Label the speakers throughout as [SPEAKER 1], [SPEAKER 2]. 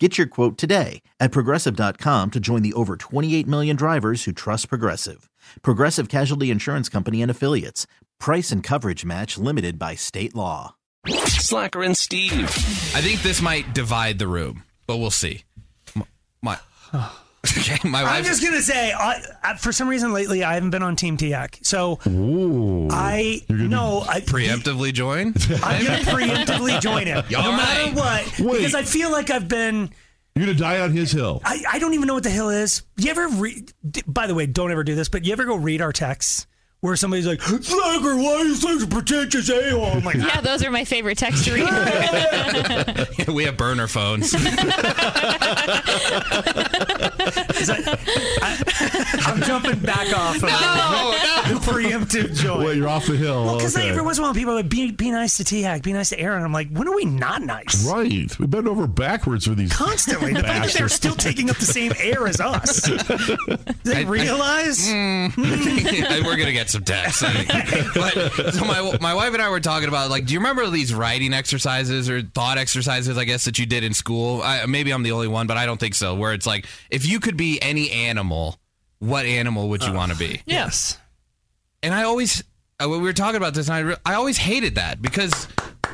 [SPEAKER 1] Get your quote today at progressive.com to join the over 28 million drivers who trust Progressive. Progressive Casualty Insurance Company and Affiliates. Price and coverage match limited by state law.
[SPEAKER 2] Slacker and Steve.
[SPEAKER 3] I think this might divide the room, but we'll see. M- My, okay, my
[SPEAKER 4] I'm
[SPEAKER 3] wife.
[SPEAKER 4] just gonna say, I, I, for some reason lately, I haven't been on Team Tiak, so I no, I
[SPEAKER 3] preemptively join.
[SPEAKER 4] I'm gonna preemptively join him,
[SPEAKER 3] All
[SPEAKER 4] no matter
[SPEAKER 3] right.
[SPEAKER 4] what,
[SPEAKER 5] Wait.
[SPEAKER 4] because I feel like I've been.
[SPEAKER 5] You're gonna die on his hill.
[SPEAKER 4] I, I don't even know what the hill is. You ever read? d- By the way, don't ever do this, but you ever go read our texts where somebody's like, "Slacker, why are you such a pretentious a-hole?" I'm like,
[SPEAKER 6] Yeah, those are my favorite text to read.
[SPEAKER 3] we have burner phones.
[SPEAKER 4] is that- I, am jumping back off of the preemptive joy.
[SPEAKER 5] Well, you're off the hill.
[SPEAKER 4] Oh, Well, because
[SPEAKER 5] okay.
[SPEAKER 4] every once in a while people are like, be, be nice to T-Hack, be nice to Aaron. I'm like, when are we not nice?
[SPEAKER 5] right. We bend over backwards for these.
[SPEAKER 4] Constantly. The fact that they're still taking up the same air as us. Do
[SPEAKER 3] I- I-
[SPEAKER 4] they realize?
[SPEAKER 5] Mm.
[SPEAKER 3] We're gonna get some texts. I think. But so my my wife and I were talking about like, do you remember these writing exercises or thought exercises? I guess that you did in school. I, maybe I'm the only one, but I don't think so. Where it's like, if you could be any animal, what animal would you
[SPEAKER 4] Uh,
[SPEAKER 3] want to be?
[SPEAKER 4] yes.
[SPEAKER 3] and I always uh, we were talking about this, and I re- I always hated that because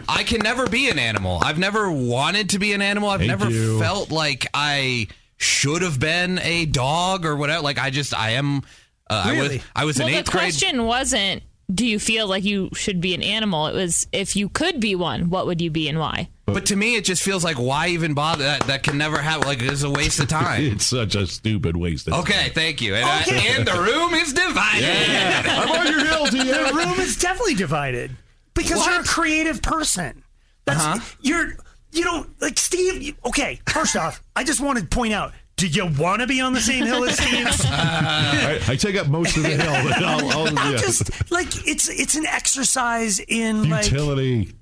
[SPEAKER 3] I can never be an animal. I've never wanted to be an animal. I've
[SPEAKER 5] Thank
[SPEAKER 3] never
[SPEAKER 5] you.
[SPEAKER 3] felt like I should have been a dog or whatever. Like I just I am. Uh, I was
[SPEAKER 4] Really?
[SPEAKER 3] I was
[SPEAKER 6] well,
[SPEAKER 3] an
[SPEAKER 6] the
[SPEAKER 3] eighth grade.
[SPEAKER 6] question wasn't do you feel like you should be an animal? It was if you could be one, what would you be and why?
[SPEAKER 3] But to me, it just feels like why even bother? That that can never happen. Like it's a waste of time.
[SPEAKER 5] It's such a stupid waste. Of
[SPEAKER 3] okay, thank you. And, I-
[SPEAKER 4] Okay.
[SPEAKER 3] and the room is divided.
[SPEAKER 5] Time. I'm on your hill,
[SPEAKER 4] The
[SPEAKER 5] DM.
[SPEAKER 4] room is definitely divided because you're a creative person. That's you're you don't like Steve. you- okay, first off, I just want to point out: Do you want to be on the same hill as Steve?
[SPEAKER 5] I, I take up most of the hill. But I'll, I'll,
[SPEAKER 4] I'm
[SPEAKER 5] yeah.
[SPEAKER 4] just like it's it's an exercise in like
[SPEAKER 5] Utility.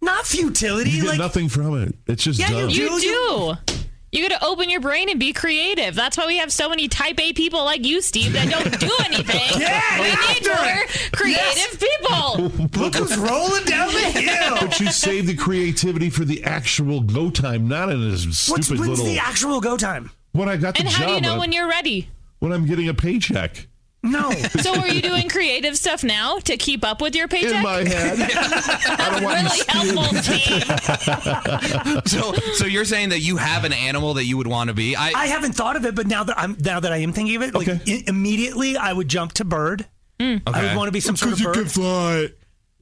[SPEAKER 4] not futility.
[SPEAKER 5] you get
[SPEAKER 4] like
[SPEAKER 5] nothing from it. It's just
[SPEAKER 4] Yeah,
[SPEAKER 5] dumb.
[SPEAKER 4] you-
[SPEAKER 6] You
[SPEAKER 4] Do
[SPEAKER 6] do. You got to open your brain and be creative. That's why we have so many type A people like you, Steve, that don't do anything.
[SPEAKER 4] Yeah,
[SPEAKER 6] we
[SPEAKER 4] after
[SPEAKER 6] need more
[SPEAKER 4] it.
[SPEAKER 6] creative people.
[SPEAKER 4] look who's rolling down the hill.
[SPEAKER 5] but you save the creativity for the actual go time, not in this
[SPEAKER 4] What's,
[SPEAKER 5] stupid
[SPEAKER 4] when's
[SPEAKER 5] little.
[SPEAKER 4] the actual go time?
[SPEAKER 5] when I got the
[SPEAKER 6] And
[SPEAKER 5] job,
[SPEAKER 6] how do you know
[SPEAKER 5] uh,
[SPEAKER 6] when you're ready?
[SPEAKER 5] when I'm getting a paycheck
[SPEAKER 4] No.
[SPEAKER 6] So are you doing creative stuff now to keep up with your paycheck?
[SPEAKER 5] in my head.
[SPEAKER 6] That's really helpful, Steve.
[SPEAKER 3] So so you're saying that you have an animal that you would want to be? I,
[SPEAKER 4] I haven't thought of it, but now that I'm now that I am thinking of it, like
[SPEAKER 5] Okay.
[SPEAKER 4] i- immediately I would jump to bird.
[SPEAKER 6] Mm.
[SPEAKER 4] I
[SPEAKER 3] Okay.
[SPEAKER 4] would want to be some sort of bird.
[SPEAKER 5] fly.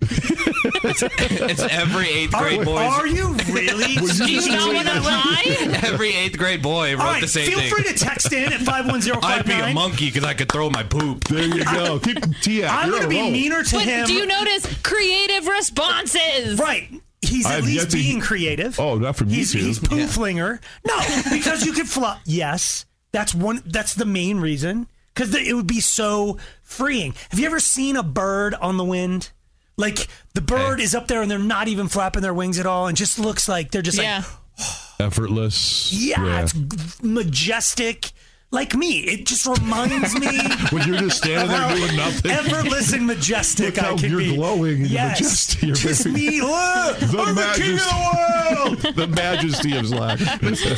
[SPEAKER 3] it's every eighth grade
[SPEAKER 4] are,
[SPEAKER 3] boy's
[SPEAKER 4] are you really?
[SPEAKER 6] Do you not want to lie?
[SPEAKER 3] Every eighth grade boy wrote
[SPEAKER 4] All right,
[SPEAKER 3] the same
[SPEAKER 4] feel
[SPEAKER 3] thing.
[SPEAKER 4] free to text in at five one zero
[SPEAKER 3] I'd
[SPEAKER 4] five
[SPEAKER 3] be a
[SPEAKER 4] nine.
[SPEAKER 3] monkey because I could throw my poop.
[SPEAKER 5] There you go. Keep T out.
[SPEAKER 4] I'm going to
[SPEAKER 5] You're on a
[SPEAKER 4] be
[SPEAKER 5] roll.
[SPEAKER 4] meaner to
[SPEAKER 6] But
[SPEAKER 4] him.
[SPEAKER 6] do you notice creative responses?
[SPEAKER 4] Right. He's at
[SPEAKER 5] I've yet
[SPEAKER 4] least
[SPEAKER 5] to-
[SPEAKER 4] being creative.
[SPEAKER 5] Oh, not from
[SPEAKER 4] he's,
[SPEAKER 5] YouTube.
[SPEAKER 4] He's
[SPEAKER 5] Yeah.
[SPEAKER 4] pooflinger. No, because you could fly. Yes, that's one. That's the main reason. Because it would be so freeing. Have you ever seen a bird on the wind? Like the bird is up there and they're not even flapping their wings at all, and just looks like they're just
[SPEAKER 6] Yeah.
[SPEAKER 4] like,
[SPEAKER 5] effortless.
[SPEAKER 4] yeah, it's g- majestic. Like me, it just reminds me.
[SPEAKER 5] when you're just standing there doing nothing.
[SPEAKER 4] Effortless and majestic,
[SPEAKER 5] Look how
[SPEAKER 4] I can
[SPEAKER 5] you're
[SPEAKER 4] be.
[SPEAKER 5] glowing and
[SPEAKER 4] yes,
[SPEAKER 5] majestic. You're
[SPEAKER 4] just
[SPEAKER 5] very-
[SPEAKER 4] me. Oh,
[SPEAKER 5] the
[SPEAKER 4] I'm the king of the world.
[SPEAKER 5] of the world. the majesty of Slack.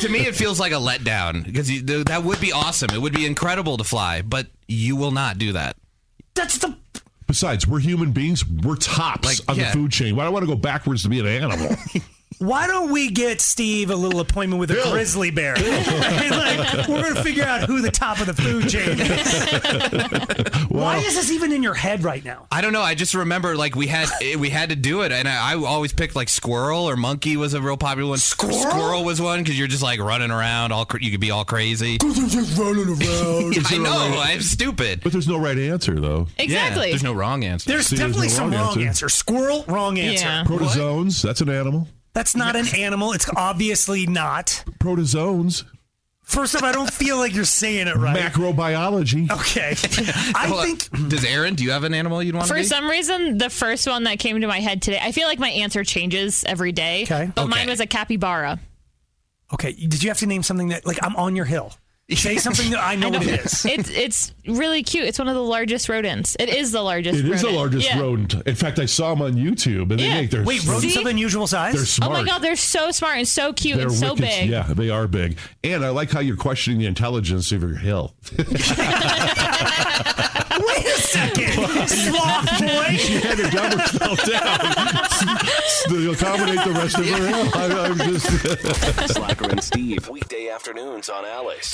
[SPEAKER 3] to me, it feels like a letdown because you- th- that would be awesome. It would be incredible to fly, but you will not do that.
[SPEAKER 4] That's the
[SPEAKER 5] Besides, we're human beings. We're tops
[SPEAKER 3] Like,
[SPEAKER 5] on
[SPEAKER 3] yeah.
[SPEAKER 5] the food chain. Why do I want to go backwards to be an animal?
[SPEAKER 4] Why don't we get Steve a little appointment with a
[SPEAKER 5] Bill.
[SPEAKER 4] grizzly bear? And, like, we're going to figure out who the top of the food chain is. Why is this even in your head right now?
[SPEAKER 3] I don't know. I just remember like we had eh, we had to do it, and I, I always picked like squirrel or monkey was a real popular one. Squirrel, was one because you're just like running around. All cr- you could be all crazy.
[SPEAKER 5] just running around.
[SPEAKER 3] I know. I'm stupid.
[SPEAKER 5] But there's no right answer, though.
[SPEAKER 3] Yeah,
[SPEAKER 6] Exactly.
[SPEAKER 3] there's no wrong answer.
[SPEAKER 4] There's
[SPEAKER 5] See, there's
[SPEAKER 4] definitely
[SPEAKER 5] no
[SPEAKER 4] some
[SPEAKER 5] wrong
[SPEAKER 4] wrong
[SPEAKER 5] answer.
[SPEAKER 4] answer. Squirrel, wrong answer.
[SPEAKER 6] Yeah.
[SPEAKER 5] Protozoans, that's an animal.
[SPEAKER 4] That's not an animal. It's obviously not.
[SPEAKER 5] Protozoans.
[SPEAKER 4] First off, I don't feel like you're saying it right. Oh,
[SPEAKER 5] Macrobiology.
[SPEAKER 4] okay. I
[SPEAKER 3] Well,
[SPEAKER 4] think
[SPEAKER 3] Does Aaron? Do you have an animal you'd want to
[SPEAKER 6] For
[SPEAKER 3] be?
[SPEAKER 6] some reason, the first one that came to my head today, I feel like my answer changes every day.
[SPEAKER 4] Okay.
[SPEAKER 6] But
[SPEAKER 3] Okay.
[SPEAKER 6] mine was a capybara.
[SPEAKER 4] Okay. Did you have to name something that like I'm on your hill? Say something that I know,
[SPEAKER 6] I
[SPEAKER 4] it
[SPEAKER 6] know.
[SPEAKER 4] is.
[SPEAKER 6] It's it's really cute. It's one of the largest rodents. It is the
[SPEAKER 5] It
[SPEAKER 6] largest. rodent.
[SPEAKER 5] is the largest
[SPEAKER 6] Yeah.
[SPEAKER 5] rodent. In fact, I saw them on YouTube, and they
[SPEAKER 6] Yeah.
[SPEAKER 5] make their
[SPEAKER 4] Wait, rodents
[SPEAKER 6] See?
[SPEAKER 4] of unusual size?
[SPEAKER 5] they're
[SPEAKER 6] Oh
[SPEAKER 5] smart.
[SPEAKER 6] my god, they're so smart and so cute
[SPEAKER 5] They're
[SPEAKER 6] and so
[SPEAKER 5] wicked-
[SPEAKER 6] big.
[SPEAKER 5] Yeah, they are big. And I like how you're questioning the intelligence of your hill.
[SPEAKER 4] Wait a second, sloth boy.
[SPEAKER 5] had to dumb herself down to accommodate the rest of her hill. I, I'm just.
[SPEAKER 2] Slacker and Steve. Weekday afternoons on Alice.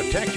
[SPEAKER 7] Protect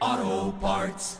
[SPEAKER 8] O'Reilly Auto Parts.